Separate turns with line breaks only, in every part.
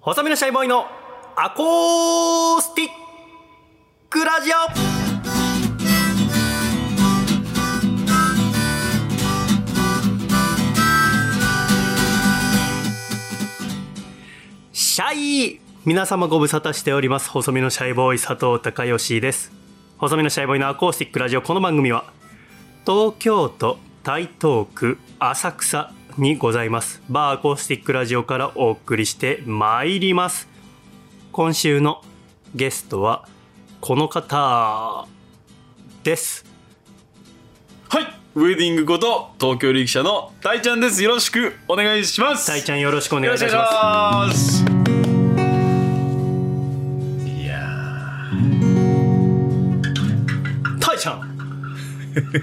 細身のシャイボーイのアコースティックラジオシャイ皆様ご無沙汰しております細身のシャイボーイ佐藤孝義です細身のシャイボーイのアコースティックラジオこの番組は東京都台東区浅草にございますバーアコースティックラジオからお送りしてまいります今週のゲストはこの方です
はい、ウェディングこと東京力車のたいちゃんです。よろしくお願いします。
たいち
ゃ
ゃんよろしくお
んよ
願い
ろ
い
しく
た
お
しま
願いします。いや
すたいちゃん
ー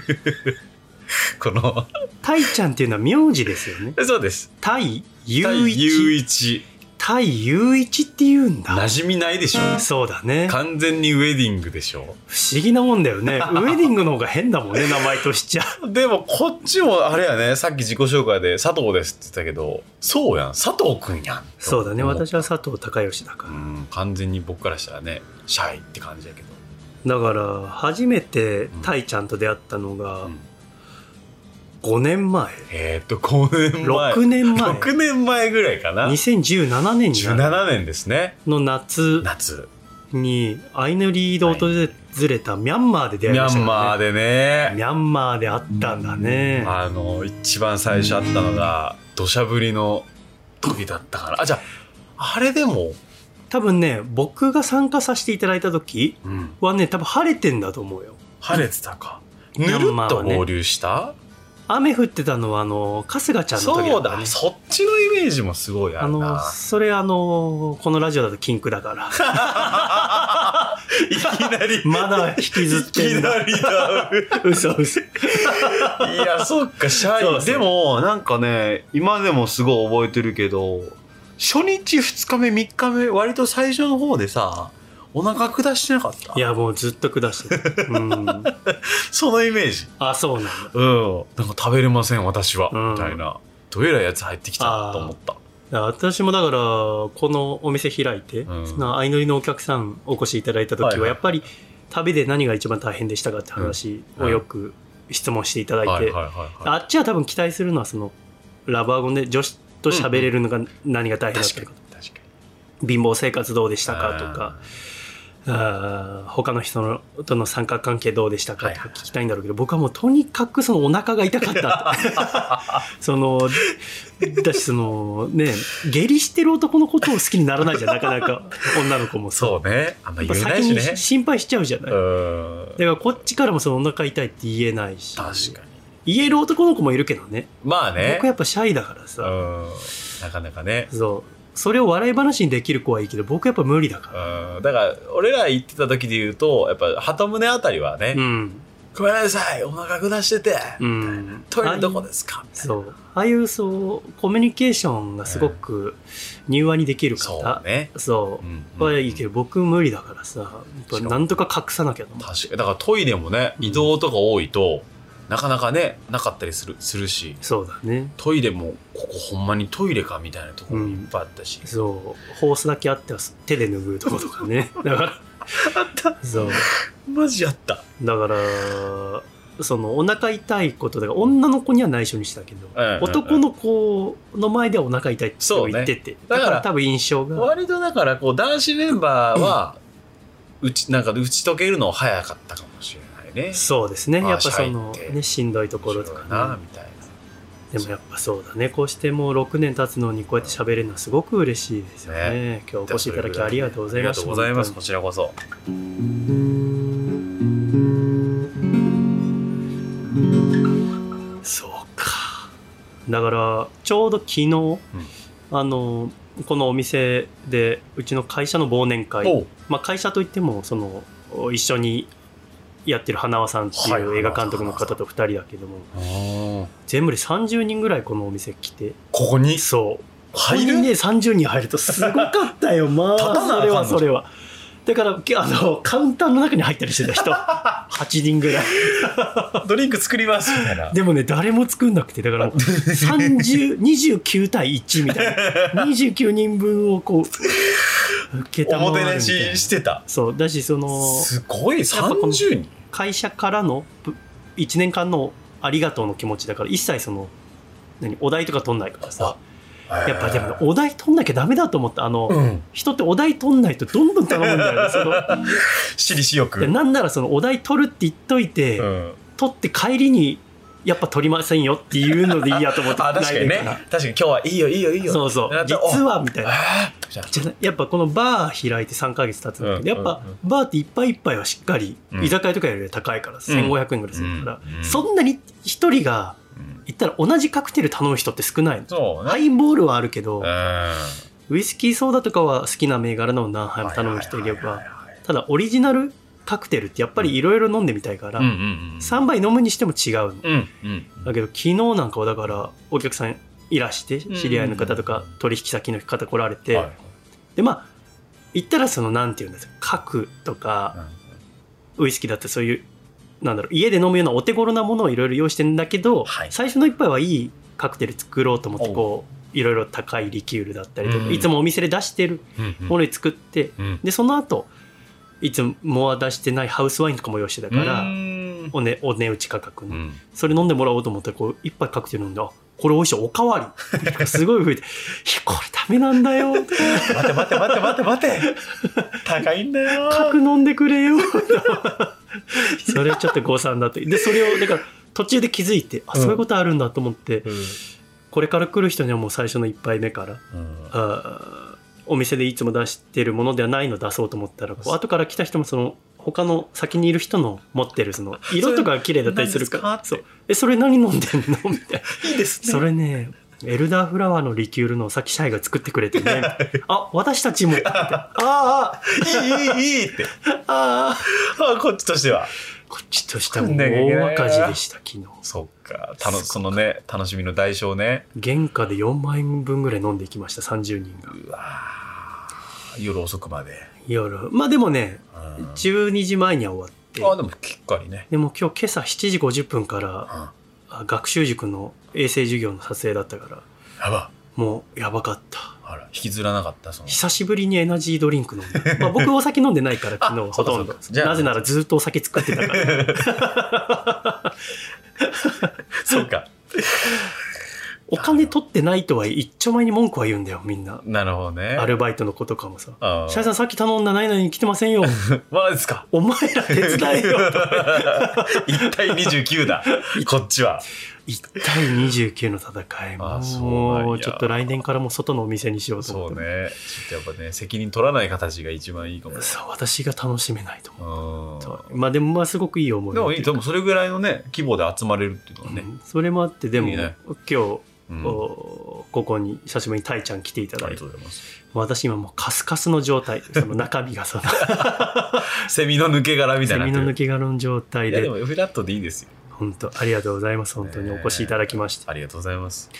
この
たいちゃんっていうのは名字ですよね
そうです。
たいゆ
対
う
雄
いち
一
たいゆういちって言うんだ
馴染みないでしょ。
そうだね
完全にウェディングでしょ。
不思議なもんだよ ねウェディングの方が変だもんね名前としちゃ
でもこっちもあれやね、さっき自己紹介で佐藤ですって言ったけど、そうやん、佐藤くんやん。
そうだね
思う。
私は佐藤孝義だから
うん、完全に僕からしたらね、シャイって感じやけど。
だから初めて
ん
タイちゃんと出会ったのが
うん
5年前
えーっと、5年前。
6年前
6年前ぐらいかな。
2017年になる
17年ですね。
の夏
夏。
にアイヌリード訪れたミャンマーで出
ミ
会いまし
ャ
た
ンマ
よ
ー
ね
でね。
ミャンマーで会ったんだね
あの、一番最初あったのが、土砂降りの時だったから。あ、じゃあ、あれでも、
多分ね僕が参加させていただいた時
うん、
はね多分晴れてんだと思うよ
晴れてたか。
ミ
ぬ
ャ
る
ンマ
っ
ーは
と
ね
合流した、
雨降ってたのはあの春日ちゃんの時だ
そ
っ
う
たね
だ、そっちのイメージもすごいあ
あ
る
の
な。
それあのこのラジオだと禁句だから
いきなり。
まだ引きずっ
い
て
き
んだ
なりだ。
嘘嘘
い や、そっか、シャイ。
そうそう
でも、なんかね、今でもすごい覚えてるけど、初日、二日目、三日目、割と最初の方でさ、お腹下してなかった
いやもうずっと下してるうん
そのイメージ。
あそうなんだ
うん。なんか食べれません、私は。
うん
みたいな。どえらいやつ入ってきたなと思った。
私もだからこのお店開いて、
うん
その相乗りのお客さんお越しいただいた時は、
はいはい
やっぱり旅で何が一番大変でしたかって話をよく質問していただいて、
はいはいはいは
あっちは多分期待するのはそのラバーゴンで女子と喋れるのが何が大
い。
変だっ
確
た
か
か
に
とか、。
確かに。
貧乏生活どうでしたかとか、あー他の人のとの三角関係どうでしたか
は
とか
いはいはい
聞きたいんだろうけど、僕はもうとにかくそのお腹が痛かった ってそのだしそのね下痢してる男のことを好きにならないじゃんなかなか女の子も
あー。そうね。あんま言えな
先
いし
に
ね。
心配しちゃうじゃない、
う
だ
ん。
からこっちからもそのお腹痛いって言えないし
確かに。
言える男の子もいるけどね
まあね
僕。やっぱシャイだから
う
さ、
ん。なかなかね。
そうそれを笑い話にできる子はいいけど僕やっぱ無理だか
うんだから俺ら行ってた時で言うとやっぱ鳩胸あたりはね
らうん
「ごめんなさいお腹下してて、
うん
トイレどこですか?」みたいな
そう。ああいう、そう、コミュニケーションがすごく柔和にできる
そ
方。
うね、
そうう。
ん
はいいけど、僕無理だからさ、やっぱなんとか隠さなきゃと思って
確かにだからトイレもね移動とか多いと、なかなかねなかったりするするし
そうだね。
トイレもここほんまにトイレかみたいなところもいっぱいあったし、
そう。ホースだけあっては手で拭うとことか ね。だから。あった。そう。
マジあった
だから、そのお腹痛いことだから女の子には内緒にしたけど、
うんうんうん
男の子の前ではお腹痛いって言ってて、
そうねだ
だ
から
から多分印象が
割とだからこう男子メンバーはうちなんか打ち解けるの早かったかもしれないね
そうですね
あー
やっぱその
シャイって
ねしんどいところと
面
か
白いな
ね
みたいな
でもやっぱそうだねこうしてもう6年経つのにこうやって喋れるのはすごく嬉しいですよね今日お越しいただきありがとうございました
ありがとうございます。
本
こちらこそ。
当にそうかだからちょうど昨日、あのこのお店でうちの会社の忘年会、
う
まあ、会社といってもその一緒にやってる花輪さんって
はい
いう映画監督の方と2人だけども
こ
全部で30人ぐらいこのお店来て
こに
そう
入
ここにね
る
30人入るとすごかったよまあ
立たな
そ
あかんの
れはそれはだからきあのカウンターの中に入ったりしてた人8人ぐらい
ドリンク作りますみたいな。
でもね誰も作んなくてだからもう30 29対1みたいな29人分をこう受けた
お
ま
も
わ
て
るみたい
な
な
ししてた。
そうだしその
すごい、
やっぱこの
30人。
会社からのぶ1年間のありがとうの気持ちだから一切その何お題とか取んないからさやっぱでもねお題取んなきゃダメだと思ったあの、
うん。
人ってお題取んないとどんどん頼むんだよねその
私利私欲。
でなんならそのお題取るって言っといて、
うん。
取って帰りにやっぱ取りませんよっていうのでいいやと思って
あ、確かにね
ないでから。
確かに今日はいいよ、いいよ、いいよ。
そうそう
だって
実はみたいな
あーじゃあ
じゃないやっぱこのバー開いて3ヶ月経つんだけど、
うん
やっぱ
うんう
バーっていっぱいいっぱいはしっかり、
うん
居酒屋とかよりは高いから1500円ぐらいするから、
うんうん
そんなに一人が言ったら同じカクテル頼む人って少ないの
そうね。
ハイボールはあるけど、
う
ウイスキーソーダとかは好きな銘柄のを何杯も
ん。
頼む人いれば
はは、はいはい
ただオリジナルカクテルってやっぱりいろいろ飲んでみたいから、
うんうんうん。
3杯飲むにしても違うの
うんうん。
だけど昨日なんかはだからお客さんいらして
ん
知り合いの方とか取引先の方来られて、
はい
でまあ行ったらそのなんていうんですか核とかウイスキーだってそういうなんだろう家で飲むようなお手頃なものをいろいろ用意してんだけど、
はい
最初の一杯はいいカクテル作ろうと思ってこういろいろ高いリキュールだったりとか、
うん
いつもお店で出してる
うんうん
ものに作って、
うん
でその後いつもは出してないハウスワインとかも用意してたから、
うん
お値お値打ち価格の、
うん
それ飲んでもらおうと思ってこう一杯カクテル飲んであこれ美味しいおかわりすごい増えてい やこれダメなんだ よ
待て待て待て待て待て高いんだよ
角飲んでくれよ それちょっと誤算だってでそれをだから途中で気づいてあ
うん
そういうことあるんだと思って、
うん
これから来る人にはもう最初の一杯目から
うん
あーお店でいつも出してるものではないの出そうと思ったらこう後から来た人もその他の先にいる人の持ってるその色とかが綺麗だったりするから
それ
そうえそれ何飲んでんのみたいない
いですね
それね、エルダーフラワーのリキュールのさっきシャイが作ってくれて ね。あ、私たちも。 ああ、
いいいいいいって
ああ、
あこっちとしては
こっちとしてはもう大赤字でした、昨日。
そっか楽そのね楽しみの代償ね
原価で4万円分ぐらい飲んでいきました、30人が。
うわー夜遅くまで、
夜。まあでもね、
うんあ
12時前には終わって。
でもきっかりね、
でも今日今朝7時50分か
うん、
ら
や
あ学習塾の衛生授業の撮影だったから、
ば
もうやばかった。
あら引きずらなかったその
久しぶりにエナジードリンク飲ん で。まあ僕お酒飲んでないから昨日
あ
ほとん
そう
ど
かそう。かじゃあ
なぜならずっとお酒作ってたから。
そうか
お金取ってないとは一丁前に文句は言うんだよ、みんな。
なるほどね
アルバイトの子とかもさ。
あー
シャイさんさっき頼んだないのに来てませんよ。
マジですか
お前ら手伝 えよ。
1対29だ こっちは
1対29の戦い。
あそうなんや
もう、ちょっと来年からもう外のお店にしようと思
そ
っ
う
て。
ねちょっとやっぱね責任取らない形が一番いいかもです
そう私が楽しめないと思
う
う。まあでも、まあすごくいい思い
んでもいい
と
でもそれぐらいのね規模で集まれるっていうのはね、
それもあって、でも、
いいね
今日、
うん
おここに久しぶりにタイちゃん来ていた
あ
だ
り
いて
がとうございます
私今もうカスカスの状 態その中身がその
セミの抜け殻み
セ
たいにな
ミ
って
の
る
抜け殻の状態
いや
で
でもフラットでいいですよ
本当ありがとうございます本当にお越しいただきまして、
ありがとうございます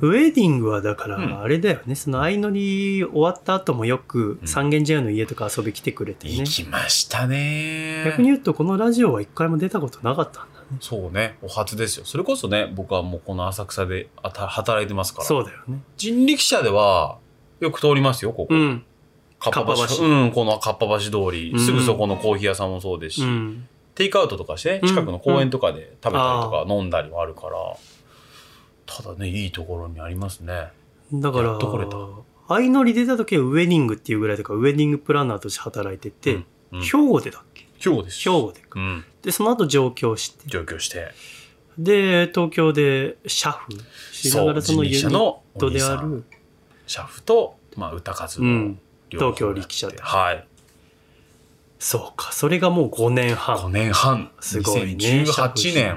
ウェディングはだか
うん
らあれだよね、その相乗り終わった後もよく
うん
三軒茶屋の家とか遊び来てくれてね、
行きましたね
逆に言うとこのラジオは一回も出たことなかったんだね
そうねお初ですよそれこそね僕はもうこの浅草であた働いてますから
そうだよね
人力車ではよく通りますよここ、
うん
かっぱ
かっぱ
橋
橋
うんこのかっぱ橋通り、
うん
すぐそこのコーヒー屋さんもそうですし、
うん
テイクアウトとかしてね、
うん
近くの公園とかで食べたりとか飲んだりはあるから、ただね、いいところにありますね。
だか
や
ら
っと来れた
相乗り出た時はウェディングっていうぐらいだからウェディングプランナーとして働いてて、
うんうん
兵庫でだっけ
兵庫です。
兵庫でか
うん。
でその後上京して
上京して。
で東京で車夫しながらそのユニ
そう人力車
ッ
のお
ト
兄
で
さ
あ
ん
る
シャフと、まあ、歌数
う
の
ん
両方や
東京
って
力車で
はい。
そうかそれがもう5年半
5年半。
すごいね
2018年。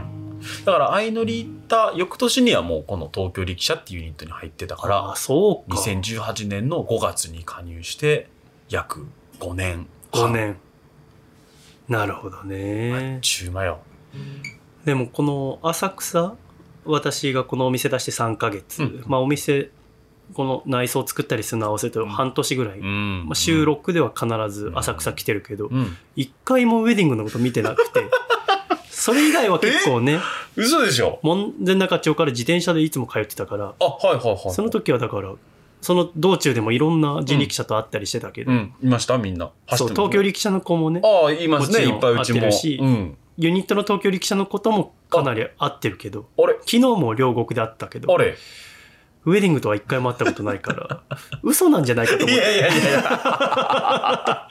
だから、相乗り行った翌年にはもうこの東京力車っていうユニットに入ってたか
あ
ら、
そうか
2018年の5月に加入して、約5年半。
5年なるほどね
中間よ。
でもこの浅草私がこのお店出して3ヶ月、
うん
まあお店この内装作ったりするの合わせて
ん
半年ぐらい、
うん
まあ、収録では必ず浅草来てるけど
うん
一、回もウェディングのこと見てな くてそれ以外は結構ね
嘘でしょ
門前仲町から自転車でいつも通ってたから
あはいはいはい
その時はだからその道中でもいろんな人力車と会ったりしてたけど、
うんいましたみんな
そう
る
東京力車の子もね
ああいますね
もち
い
ろん
っぱいうち
合って
も
るし
うん
ユニットの東京力車のこともかなり合ってるけど
あれ
昨日も両国で会ったけど
あれ
ウェディングとは一回も会ったことないから 嘘なんじゃないかと思って
いやいやいや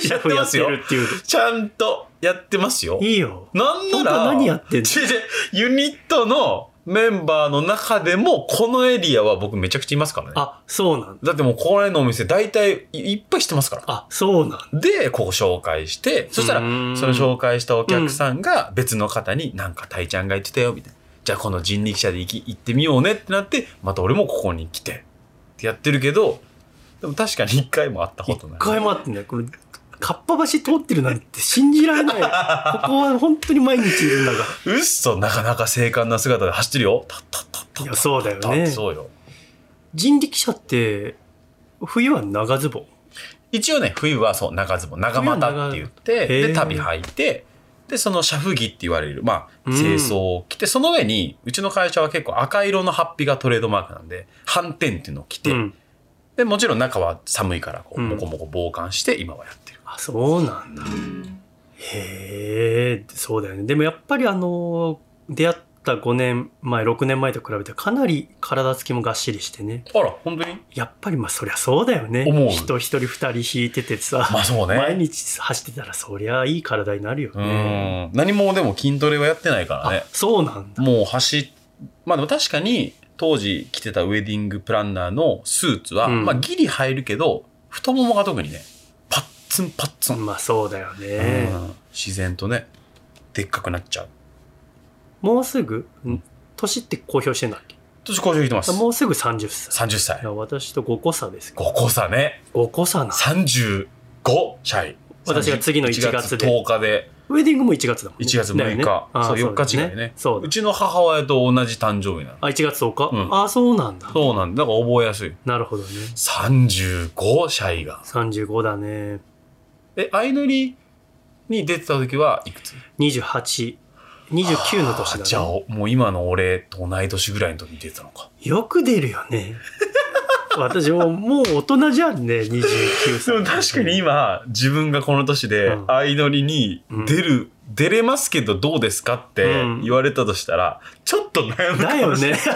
シャフやってるっていう
ちゃんとやってますよ
いいよ
な
本
んな
当
ら
は何やってんの
違う違うユニットのメンバーの中でもこのエリアは僕めちゃくちゃいますからね
あそうなんだ
だってもうこの辺のお店大体いいっぱい知ってますから
あそうなんだ
で、ここ紹介して、そしたら
う、ーん
その紹介したお客さんが別の方になんかタイちゃんが言ってたよ、みたいな。じゃあこの人力車で行き行ってみようねってなって、また俺もここに来て、ってやってるけど、でも確かに一回も会ったこ
一
とない。
回も会ってないこれかっぱ橋通ってるなんて信じら れないここは本当に毎日いるんだが
うっそ、なかなか精悍な姿で走ってるよ。たったったった
いやそうだよね
そうよ。
人力車って冬は長ズボン
一応ね、冬はそう、長ズボン、長股って言って、
冬は長へ
で、
ー
旅履いて、で、その、シャフギって言われる、まあ、
うん
清掃を着て、その上に、うちの会社は結構赤色のハッピーがトレードマークなんで、斑点っていうのを着て、
うん
で、もちろん中は寒いから、こう、
うん
もこもこ防寒して、今はやってる。
あそうなんだへえそうだよねでもやっぱりあの出会った5年前6年前と比べてかなり体つきもがっしりしてね
あら、本当に
やっぱりまあそりゃそうだよね
思う
人一人二人引いててさ、
まあそう
毎
ね。
日走ってたらそりゃいい体になるよ
う
ね
ん。何もでも筋トレはやってないから
あ
ね。
そうなんだ
もう走っ、まあでも確かに、当時着てたウェディングプランナーのスーツは、
うん
まあギリ入るけど、太ももが特にね、パッツンパッツン。
まあそうだよね、
うん自然とね、でっかくなっちゃう。
もうすぐん年って公表してんだっけ
年交渉してます。
もうすぐ30歳
30
い
歳。
や私と5個差ですけど
5個差ね。
5個差な
35歳。
私が次の1月で
10日で。
ウェディングも1月だもんね
1月
だよ
6
ね
日。
あ
そう、
あ
4日
だ
違いね。
そうだ
うちの母親と同じ誕生日なの。
あ1月10日、
うん
あそうなんだ
そうなんだ。だから覚えやすい。
なるほどね
35歳が。
35だね
え、相乗りに出てた時はいくつ
2829の年
あじ
だ
ゃあ
ね、
もう今の俺と同い年ぐらいの時に出てたのか。
よく出るよ ね私ももう大人じゃんね29歳
でも確かに今、自分がこの年で
うん、
相乗りに出る、出れますけどどうですかって
うん
言われたとしたら、ちょっと悩むか
だよ
もしれない。
ね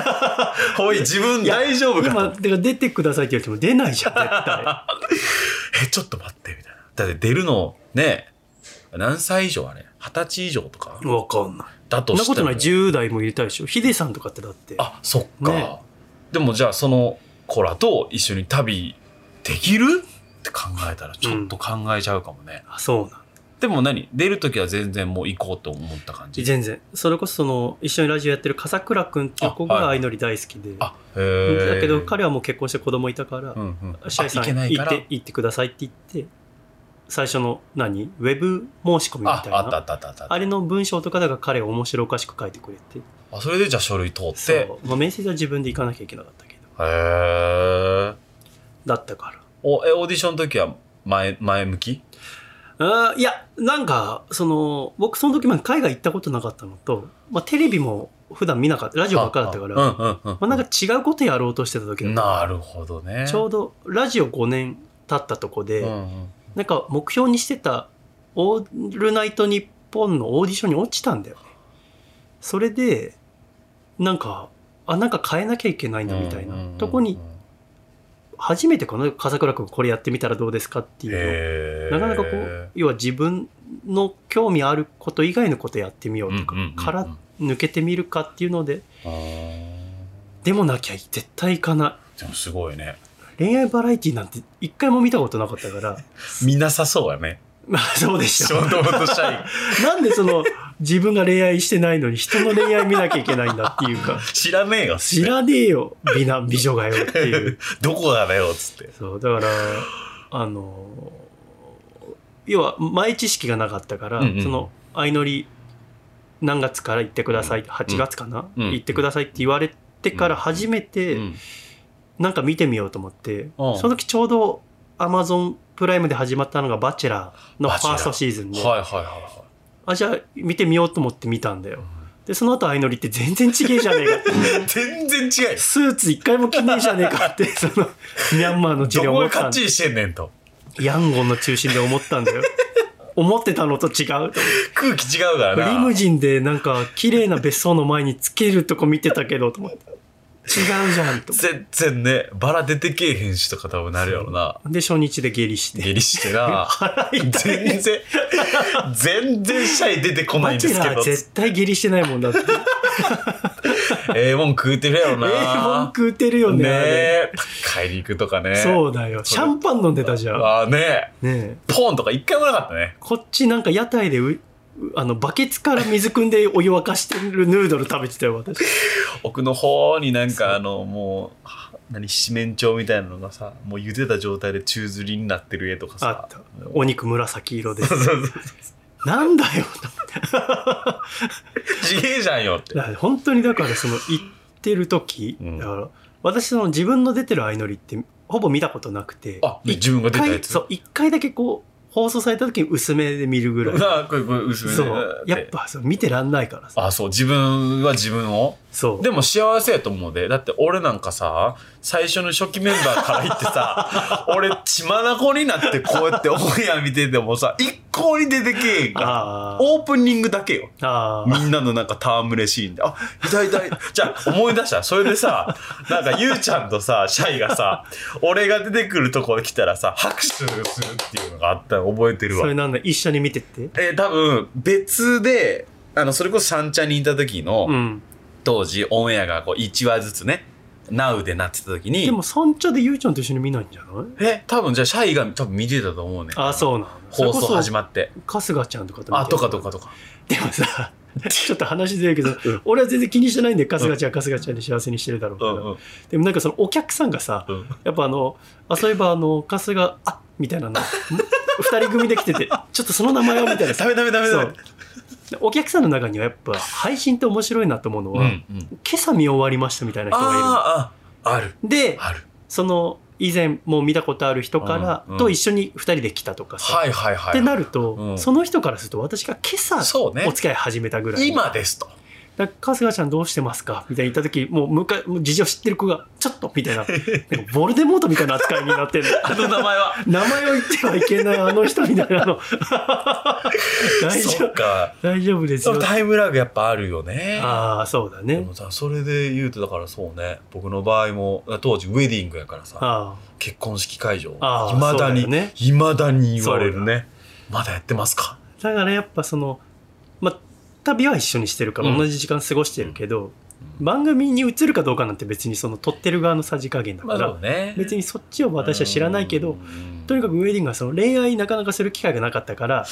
おい、自分
いや
大丈夫か
今
と
てか出てくださいって言われても出ないじゃん絶対
え、ちょっと待って、みたいな。だって出るの、ね、何歳以上あれ二十歳以上とか
わかんない
だ
そ
と
ん
し
な
たら。
ことない10代も入れたでしょヒデさんとかってだって
あ、そっか。
ね
でもじゃあその子らと一緒に旅できるって考えたら、ちょっと考えちゃうかもね。
あそうなん
でも何出る時は全然もう行こうと思った感じ。
全然それこそその一緒にラジオやってる笠倉君っていう子
あ
が
はい
相乗り大好きで、
あ、へー
だけど、彼はもう結婚して子供いたから、
うんうん、あ
シャイさ
行け
ん
ない
行
か
っ
ら。
て行ってくださいって言って最初の何ウェブ申し込みみ
あ、
たい
あった
な
あったあったあった。
あれの文章とかだから彼面白おかしく書いてくれて
あそれでじゃあ書類通って。へ
そう、まあ、面接は自分で行かなきゃいけなかったけど
え。
だったから
お、え、オーディションの時は前、前向き
あーいや、なんか、その、僕その時まで海外行ったことなかったのと、まあテレビも普段見なかった、ラジオばっかだったから、
あ
ま
あうんうんうん。
あなんか違うことやろうとしてた時だった
なるほどね。
ちょうどラジオ5年経ったとこで、
うんうん
なんか目標にしてたオールナイトニッポンのオーディションに落ちたんだよね。それで、なんか、あ、なんか変えなきゃいけないんだみたいな、
うんうんうんうん
とこに、初めてこの笠倉君これやってみたらどうですかっていうのを
へー
なかなかこう要は自分の興味あること以外のことやってみようとか
うんうんうんうん
から抜けてみるかっていうので
あー
でもなきゃ絶対行かな
でもすごいね。
い恋愛バラエティなんて一回も見たことなかったから
見なさそうやね。
まあそうでし
シ
ょ
ョートボトシャイ。
なんでその自分が恋愛してないのに人の恋愛見なきゃいけないんだっていう か
知らねえよ。
知らねえよ美男美女がよっていう
どこだよ、つって。
そうだからあの要は前知識がなかったから、
うんうん
その相乗り何月から行ってください8月かな、
うん
行ってくださいって言われてから初めて、なんか見てみようと思って、
うん
その時ちょうどアマゾンプライムで始まったのが「バチェラー」のフ
バチェ
ァ
ラー
ーストシーズンで、
はいはいは
あじゃあ見てみようと思って見たんだ
い
よ
は
でその後相乗りって全然ちげえじゃねえかって
い。全然違い。
スーツ一回も着ねえじゃねえかってそのミャンマーの地で
どこ
思
が
っ
か
た
っ
ん
ちりしてんねんと。
ヤンゴンの中心で思ったんだよ思ってたのと違うと思って
空気違うからな。
リムジンでなんか綺麗な別荘の前につけるとこ見てたけどと思って違うじゃんと思って
全然ね、バラ出てけえへんしとか多分なるやろな。
で初日で下痢して
下痢してな。
腹痛い
全然、全然シャイ出てこな
バ
いんで
チ
す
ェ
け
ラー
ど。
絶対下痢してないもんだって。
ええもん食うてるやろな。
ええもん食うてるよね。
ね
あれ
え。高い肉とかね。
そうだよ。シャンパン飲んでたじゃん。ね
ああね
え。
ポンとか一回もなかったね。
こっちなんか屋台でう、うあの、バケツから水汲んでお湯沸かしてるヌードル食べてたよ、私。
奥の方になん
そう
かあの、もう、は何、七面鳥みたいなのがさ、もう茹でた状態で宙吊りになってる絵とか
あっ。
さ
た。お肉紫色で
そ。うそうそう。
なんだよ、
ちげえじゃんよって。
だから本当にだからその行ってる時、
うん
だから私その自分の出てる相乗りってほぼ見たことなくて
あ、で
一
自分が出たや
回
つ。
そう一回だけこう放送された時に薄めで見るぐらい
なあ、これ、これ、薄めで
そうやっ。ぱそう見てらんないからさ
あ、そう、自分は自分を。
そう
でも幸せやと思うで。だって俺なんかさ、最初の初期メンバーから言っ てさ、俺血まなこになってこうやってオンエア見ててもさ、一向に出てけえへんから。
あー
オープニングだけよ。
あー
みんなのなんか戯れシーンで、あ、いたいたいた。じゃあ思い出した。それでさ、なんかゆうちゃんとさ、シャイがさ、俺が出てくるとこ来たらさ、拍手するっていうのがあったの覚えてる
そ
わ
れ。なんだ一緒に見てって
えー多分別で、あの、それこそ三茶にいた時の、
うん
当時オンエアがこう1話ずつね、ナウでなってた時に
で、も三茶でゆうちゃんと一緒に見ないんじゃない
え、多分じゃあシャイが多分見てたと思うね。
ああそうなの
放送始
ま
まって。
春日ちゃんとかと見て
あ、とかとかとか。
でも さちょっと話ずれるけど、俺は全然気にしてないんで春日ちゃんは春日ちゃんで幸せにしてるだろうけ
う
ど、
んうん
でもなんかそのお客さんがさ、
うん。
やっぱあの、あ、そういえばあの、春日、あみたいな の、ん二人組で来てて、ちょっとその名前をみたいな
ダメダメダメ
そ
ダメ
う。でお客さんの中にはやっぱ、配信って面白いなと思うのは、
うんう
今
ん。
朝見終わりましたみたいな人が
あーあ、ある、
いる。で、
ある。
その、以前もう見たことある人から、
うんうん
と一緒に二人で来たとかさ、
はいはいは
っ
い。
てなると、
うん
その人からすると私が今朝、
そうね
お。付き合い始めたぐらい。
今ですと。
だから春日ちゃんどうしてますかみたいに言った時、もう向かい、もう事情知ってる子が、ちょっとみた いな、なんかボルデモートみたいな扱いになってる。
あの名前は。
名前を言ってはいけないあの人みたいな の 大丈
そっ
夫
か。
大丈夫です
で
よ
もタイムラグやっぱあるよね。
ああそうだ
で
ね
もさ、それで言うとだからそうね。僕の場合も、当時ウェディングやからさ、
あ
結婚式会場。い
あー
まだ
そうだよね
に、いまだに言われるね。まだやってますか
あだからやっぱそのまあ旅は一緒にしてるから
うん
同じ時間過ごしてるけど、番組に映るかどうかなんて別にその撮ってる側のさじ加減だ
ま
か
あ
ら、
そうね。
別にそっちを私は知らないけど、
うん
とにかくウェディングはその恋愛なかなかする機会がなかったから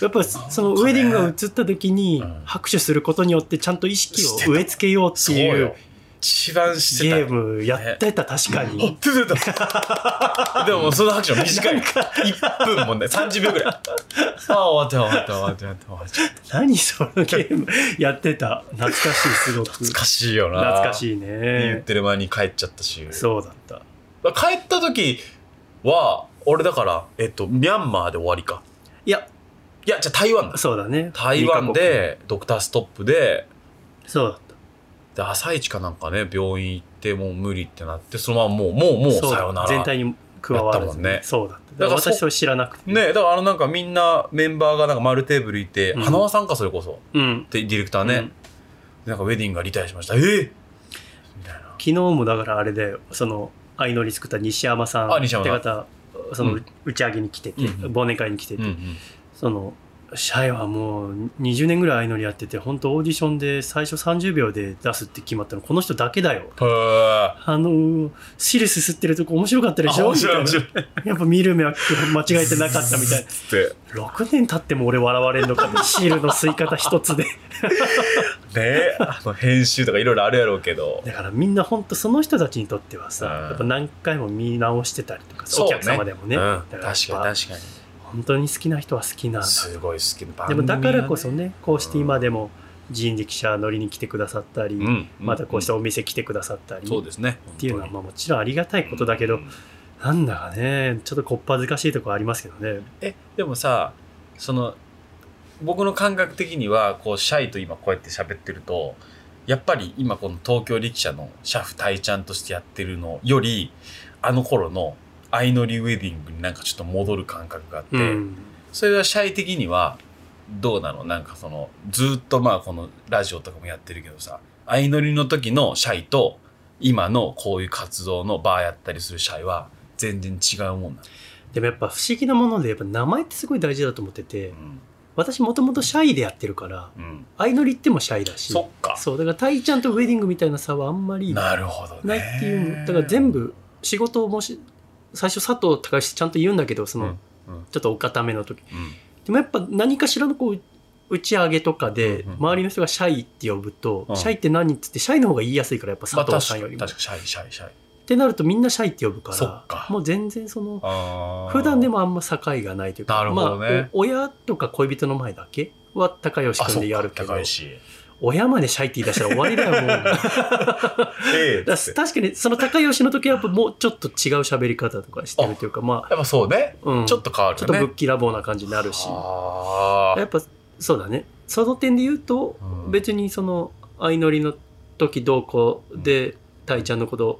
やっぱそのウェディングが映った時に
うん
拍手することによってちゃんと意識を植え付けようって
そう
い
よ
う。
一番して
ゲ
た。
ームやってた確かに
あ、出て た。でも、その拍手も短い。1分もね、30秒ぐ らい。あ、終わった、終わった、終わった、終わった。終わった
何そのゲー ムやってた懐かしいすごく懐
懐かしいよな。
か
い。
しい
言っ
ね
てる間に帰っちゃったし。
そうだった
帰った時は、俺だから、えっと、ミャンマーで終わりか。
いや
いや、じゃあ台湾だ。
そうだね
台湾で、ドクターストップで、
二カ国そうだった
で、朝一かなんかね、病院行って、もう無理ってなって、そのままもう、もう、もう、
そうだ
さよなら。
全体に加わら
やった
ず
もんね
そうだっただ
だ
か
からら
私
そ
それ知らなくて
ねだからあのなんかみんなメンバーがなんか丸テーブルいて、
うん
花輪さんかそれこそ
うん
でディレクター
うん
ね、でなんかウェディングがリタイアしましたえー、みたいな
昨日もだからあれでその相乗り作った西山さん
あ
って
西山さん
方その
う
打ち上げに来てて
うんうん
忘年会に来て
う
て
んうん
そのシャイはもう20年ぐらい相乗りやってて本当オーディションで最初30秒で出すって決まったのこの人だけだよ
へー
あのー、シルス吸ってるとこ面白かったでしょ
面白い面
みたい
白い
なやっぱ見る目は間違えてなかったみたい な。
つって
6年経っても俺笑われんのか ねシールの吸い方一つで。
ねあの編集とかいろいろあるやろうけど
だからみんなほんとその人たちにとってはさ、
うん
やっぱ何回も見直してたりとかさ、
そう
お
ね
客様でもね。
うん、
だ
確かに確
やっぱ
か
本当に好きな人は好きなんだ。
にすごい好きな番
で
組
も
だ
だ
ね
からこそね、こうして今でも人力車乗りに来てくださったり、
うん
またこうした
ん
お店来てくださったり
そう
っ
ですね
ていうのは
本
まあもちろんありがたいことだけど、
当
な
に
んだかねちょっとこっぱずかしいところありますけどね
えでもさその僕の感覚的にはこうシャイと今こうやって喋ってるとやっぱり今この東京力車のシャフタイちゃんとしてやってるのよりあの頃の相乗りウェディングになんかちょっと戻る感覚があって、
うん
それはシャイ的にはどうなのなんかそのずっとまあこのラジオとかもやってるけどさ相乗りの時のシャイと今のこういう活動のバーやったりするシャイは全然違うもんな
でもやっぱ不思議なものでやっぱ名前ってすごい大事だと思ってて
の、
私もともとシャイでやってるから
うんうん、
相乗りってもシャイだし
そっか
そうだからタイちゃんとウェディングみたいな差はあんまり
なるほどね。
ないっていうだから全部仕事をもし最初佐藤隆史ちゃんと言うんだけどその、
うんうん
ちょっとお固めの時
うん、
でもやっぱ何かしらのこう打ち上げとかで
うんうん
周りの人が「シャイ」って呼ぶと「
うん
シャイって何?」っつってシャイの方が言いやすいからやっぱ
ま
佐
あ、
藤
確
さん
か
よ
に
りも。
確
っ
かにシャイシャイシャイ。
てなるとみんな「シャイ」って呼ぶか
そっ
ら
か
もう全然その
あー
普段でもあんま境がないというか
なるほどね
まあ、お親とか恋人の前だけは高吉君でやるけど
あそっか高いし。
親までシャイって言い出したら終わりだよも う。
え え
だか
っつ
ら
って
確かにその高吉の時はやっぱもうちょっと違う喋り方とかしてるというかまあ、
やっぱそうね。
うん、
ちょっと変わる
ちょ
よね。
っとぶっきらぼうな感じになるし
あ
や
ー
っぱそうだねその点で言うと、
うん
別にその相乗りの時どうこうでたいちゃんのこと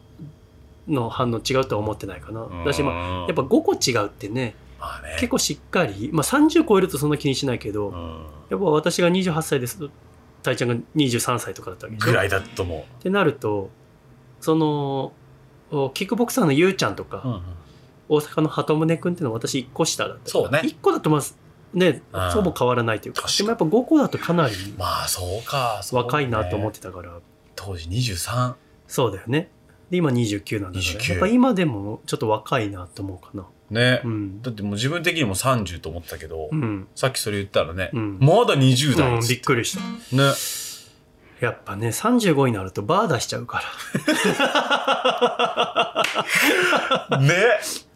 の反応違うとは思ってないかな、だしまあ
あ
やっぱ5個違うってね
まあね、
結構しっかり、まあ、30超えるとそんな気にしないけど、
うん
やっぱ私が28歳ですとたいちゃんが23歳とかだったわけでしょ
ぐらいだと思
ってなるとそのおキックボクサーのゆうちゃんとか、
う。
大阪の鳩宗君っていうのは私1個下だった
そうね
1個だとまずね
うん
ほぼ変わらないというか
確かに
でもやっぱ5個だとかなり
まあそうか。そうね
若いなと思ってたから
当時23。
そうだよねで今29なんだから
29
やっぱ今でもちょっと若いなと思うかな
ね、
うん
だってもう自分的にも30と思ったけど、
うん
さっきそれ言ったらね、
うん
まだ20代
うん
っつ
びっくりした
ね。
やっぱね35になるとバー出しちゃうから
ね。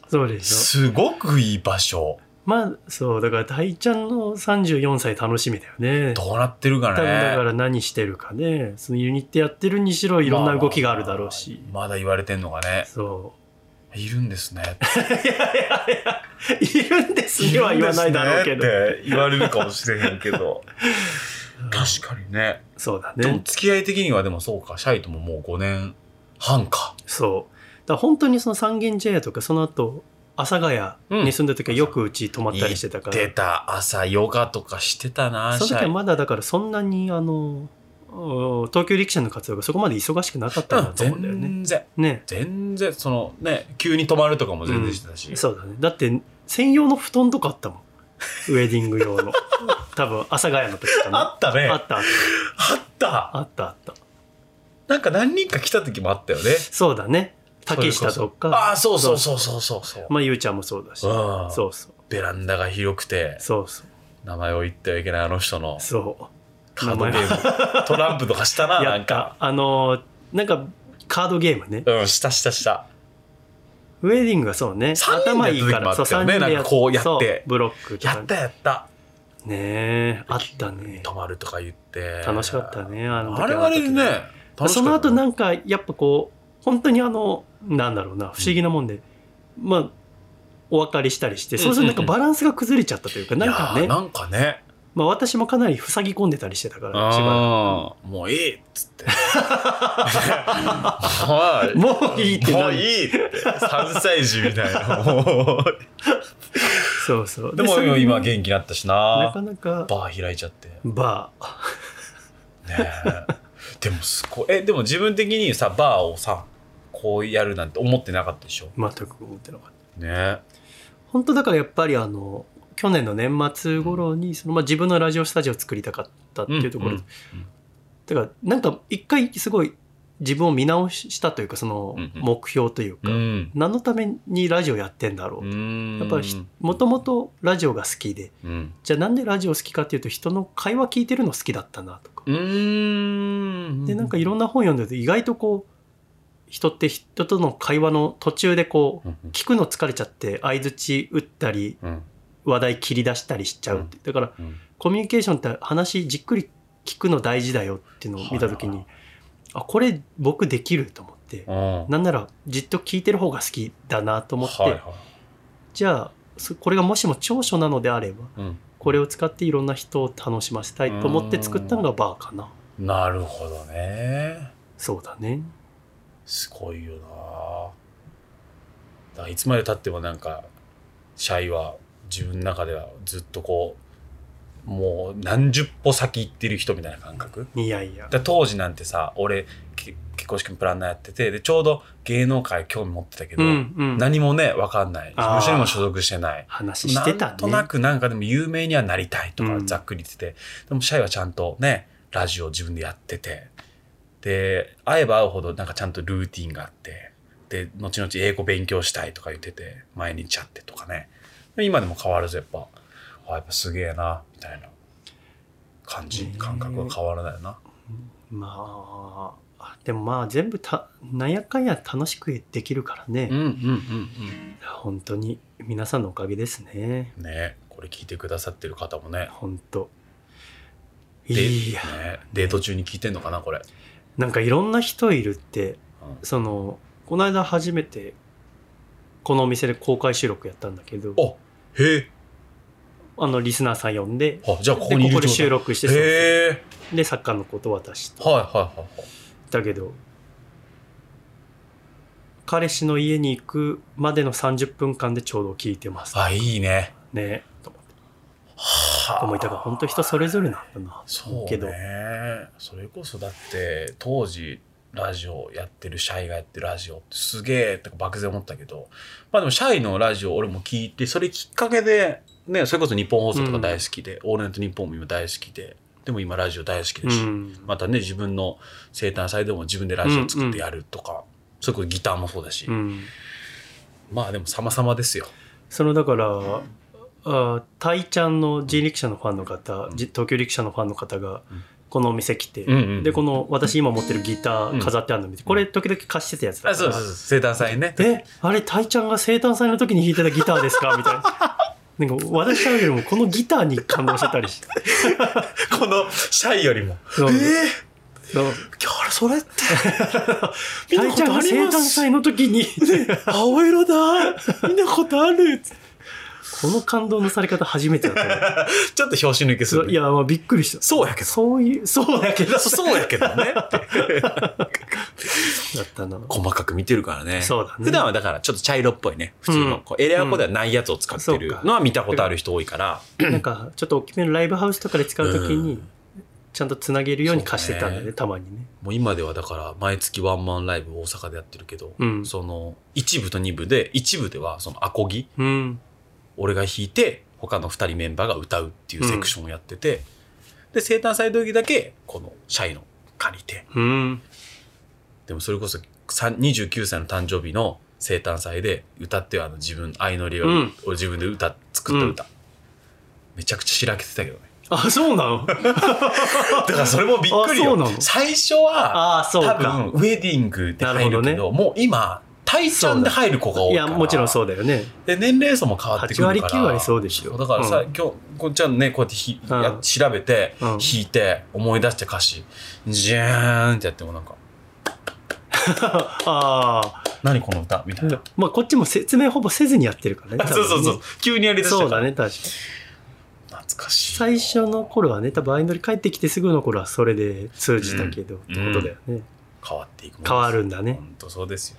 そうでしょ
すごくいい場所。
まあそうだから大ちゃんの34歳楽しみだよね
どうなってるかね。
多分だから何してるかねそのユニットやってるにしろいろんな動きがあるだろうし、
まあまあまだ言われてんのがね
そう
いるんですね
いやいやいや、いるんですには言わないだろうけど。
いるんですねって言われるかもしれへんけど確かにね
そうだ
でも
ね。
付き合い的にはでもそうかシャイとももう5年半か
そう。だから本当にその三軒茶屋とか、その後、阿佐ヶ谷に住んだ時はよくうち泊まったりしてたから、
出た朝ヨガとかしてたな
その
シ
時
ャ
は
イ
まだだからそんなに、あの、お東京力車の活動がそこまで忙しくなかったんだと思うんだよね。
全然
ね。
全然そのね急に泊まるとかも全然してたし、
そうだね。だって、専用の布団とかあったもん。ウェディング用 の。多分、阿佐ヶ谷の時かな。
あったね
あ
あ
った、
った
あった、あった。
なんか何人か来た時もあったよね
そうだね。竹下とか、
ああーそうそうそうそうそうそう
まあ、ゆうちゃんもそうだし。
うん
そうそう。
ベランダが広くて
そうそう。
名前を言ってはいけないあの人の
そ
カードゲー ムトランプとかしたな
う。
な
や
ん
っ
か
た。あのー、なんか、カードゲームね。
うんしたしたした
ウェディングはそうね。
三人
頭
で
いいか
や
ら、
っ
そ
た
う、
時もあ
三
ったよ
人
ね
で
なんかこうやって
そうブロックと
や
か
っ
ね
たやった
え、あったね。
泊まるとか言って
楽しかったね。あの時
あれはあれで
あ
ね
の時
楽し
そ
か
の
った
後
ね
なんか、やっぱこう、本当にあの、なんだろうな、不思議なもんで、まあ、お別れしたりして、そうするとなんかバランスが崩れちゃったというか、なんか
い
ね
やー、なんかね
まあ私もかなり塞ぎ込んでたりしてたから、しば
あーもういいっつって は
ら
い
くもういいって
も
な
うい
る。
いって3歳児みたいなもう
そうそう。
でも
それ
今元気になったしな
なかなか、
バー開いちゃってね
バー。
えでもすごいえでも自分的にさバーをさこうやるなんて思ってなかったでしょ
全く思ってなかった
ねえ
本当だからやっぱりあの去年の年末頃にそのまあ自分のラジオスタジオを作りたかったっていうところ、
うんうん
だからなんか一回すごい自分を見直したというかその
うんうん
目標というか、
うん
何のためにラジオやってんだろう、やっぱりひもともとラジオが好きで
うん
じゃあなんでラジオ好きかっていうと人の会話聞いてるの好きだったなとか、
うん
でなんかいろん
な
な本読んでると意外とこう人って人との会話の途中でこう聞くの疲れちゃって相づち打ったり
うん
話題切り出したりしちゃうって、だから
うん
コミュニケーションって話じっくり聞くの大事だよっていうのを見た時
はい
にあこれ僕できると思って
うん。
なんならじっと聞いてる方が好きだなと思って、
はいは
じゃあそこれがもしも長所なのであれば
い。うん。
これを使っていろんな人を楽しませたいと思って作ったのがバーかな
なるほどね。
そうだね
すごいよなだからいつまでたってもなんかシャイは自分の中ではずっとこうもう何十歩先行ってる人みたいな感覚
いやいや
だ当時なんてさ俺け結婚式のプランナーやっててでちょうど芸能界興味持ってたけど、
うんうん
何もね分かんない事
あー
務所にも所属してない
話してた
な
ね
んとなくなんかでも有名にはなりたいとか
うん
ざっくり言ってて、でもシャイはちゃんとねラジオ自分でやっててで会えば会うほどなんかちゃんとルーティンがあってで後々英語勉強したいとか言ってて毎日会ってとかねで今でも変わらずやっぱあやっぱすげえなみたいな感じ、
ねえ
感覚は変わらないよな
まあでもまあ全部たなんやかんや楽しくできるからね、
うんうんうん
本当に皆さんのおかげですね
うんねこれ聞いてくださってる方もね
本当
で
いや
ねデート中に聞いてんのかなこれ、
なんかいろんな人いるって
うん
そのこの間初めてこのお店で公開収録やったんだけど
おへえ
あのリスナーさん呼んで
あじゃあ
で
ここにいる
こ
状
で
態
収録してそう
へえ
そうで作家のこと渡し
はいはいはいはい
だけど彼氏の家に行くまでの30分間でちょうど聞いてます
あいいね
ねと思って
は
思いたが本当人それぞれなんだな
そう
けど
ねそれこそだって当時ラジオやってるシャイがやってるラジオってすげえとか漠然思ったけどまあでもシャイのラジオ俺も聞いてそれきっかけでねそれこそ日本放送とか大好きで、オールナイトニッポンも今大好きででも今ラジオ大好き
う
でし、
ん
またね自分の生誕祭でも自分でラジオ作ってやるとか、それこそギターもそうだし、
うん
まあでも様々ですよ
そのだからあタイちゃんの人力車のファンの方、
うん
じ東京力車のファンの方が
うん
このお店来て、
うんうんうん
でこの私今持ってるギター飾ってあるの見て、これ時々貸してたやつだ
あ
か
そ
ら
うそうそう生誕祭ね
えあれタイちゃんが生誕祭の時に弾いてたギターです かみたいな。なんか私よりもこのギターに感動してたりして
このシャイよりも。
そうそう
あれ、それって。見
タ
た
イ
こ
ちゃん
とあ
が
り
生
ま
誕
す。
祭の時に
青色だ。見たことある。
この感動のされ方初めてだった
ちょっと拍子抜けす
そう
る。
いやまあびっくりした
そうやけど。
そういうそうやけど
そそうやけどね。
だったな
細かく見てるからね。
そうだね
普段はだからちょっと茶色っぽいね。普通の。
うん
こうエレアコではないやつを使って
うん
る
そうか
のは見たことある人多いから。
なんかちょっと大きめのライブハウスとかで使うとき
う
に
ん
ちゃんとつなげるように貸してたんだ
そう
ね
ね
たまにね
もう今ではだから毎月ワンマンライブ大阪でやってるけど、
うん
その一部と二部で、一部ではそのアコギ、
うん
俺が弾いて他の2人メンバーが歌うっていうセクションをやってて、で生誕祭の時だけこのシャイの借りて
うん
でもそれこそさん29歳の誕生日の生誕祭で歌ってあの自分相乗りを、
うん
俺自分で歌作った歌、めちゃくちゃしらけてたけどね
あそう なの
だからそれもびっくり
あそうな
よ
の
最初
あ
は
あそうか
多分ウェディングで入るけ
なる
どもう今対戦で入る子が多
い
いか
や
ら
もちろんそうだよね
で年齢層も変わってく
8
るから
割9割そうでしょ
だから
う
さ、
ん
今日こっちはねこうやってひ、
うん
や調べて、
うん
弾いて思い出して歌詞ジャーンってやってもなんか
あ
何この歌みたい
あ
な、
まあこっちも説明ほぼせずにやってるからね
そうそ
多
うそう
分ね
急にやりだした
そう
か
だ
ら
ね確かに
懐かしい
最初の頃はね多分相乗り帰ってきてすぐの頃はそれで通じたけど、
うん
ってことだよね
変わっていくもんです
変わるんだね
ほんとそうですよ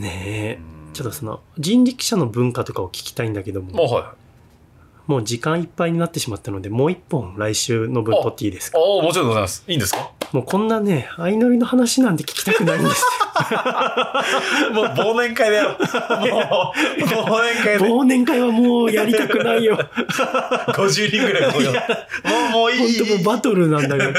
ねえちょっとそ
の
の人力車の文化とかを聞きたいんだけども
もうはいあ
もう時間いっぱいになってしまったので、もう一本来週の分取っていいですか
あもちろんでございますいいんですか
もうこんなね、相乗りの話なんて聞きたくないんで す
もう忘年会だ よもう忘年会
よ。
で
忘年会はもうやりたくないよ。
50人ぐらい来ようもうもうい
本
い
当もうバトルなんだ から。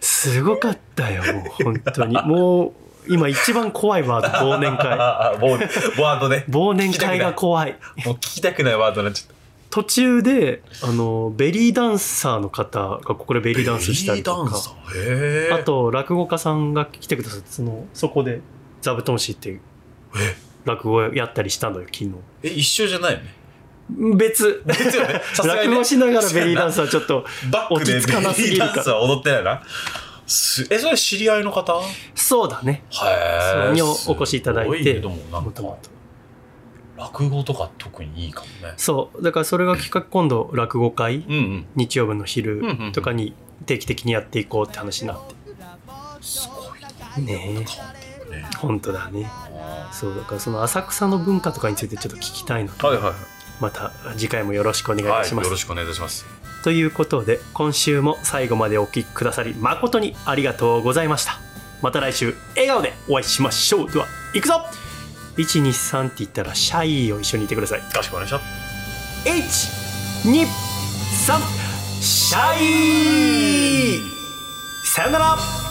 すごかったよ、もう本当に。もう今一番怖いワード、忘年
あ
会。
ああもうワードね
忘年会が怖い。
もう聞きたくないワードになっちゃった
途中で、あの、ベリーダンサーの方がここでベリーダンスしたりと
ベリーダン
か。
サーへえ
あと、落語家さんが来てくださって、その、そこで、座布団師っていう
え
落語をやったりしたのよ、昨日。
え一緒じゃないよね
別。
別よね。さすがに
落
ね
語しながらベリーダンスはちょっと
バック
落
でベ
ち
リ
着かなすぎ
ー
る
ダン
か
スは踊ってないな。すえ、それ知り合いの方
そうだね。
は
そう
い。
にお越しいただいて
すごねでもなん
も
か
ともと。
落語とか特にいいかもね。
そう。だからそれが企画今度落語会、
うんうん。
日曜日の
うんうんう
昼
ん
とかに定期的にやっていこうって話になって。
すごい。
ね
変わってるね。
え。本当だね。
は
そう、だからその浅草の文化とかについてちょっと聞きたいので、
いはいは
また次回もよろしくお願いいたします。
よろしくお願いいたします。
ということで今週も最後までお聴きくださり誠にありがとうございましたまた来週笑顔でお会いしましょうでは行くぞ123って言ったらシャイを一緒に言ってください
かしこまりました。
123シャイさよなら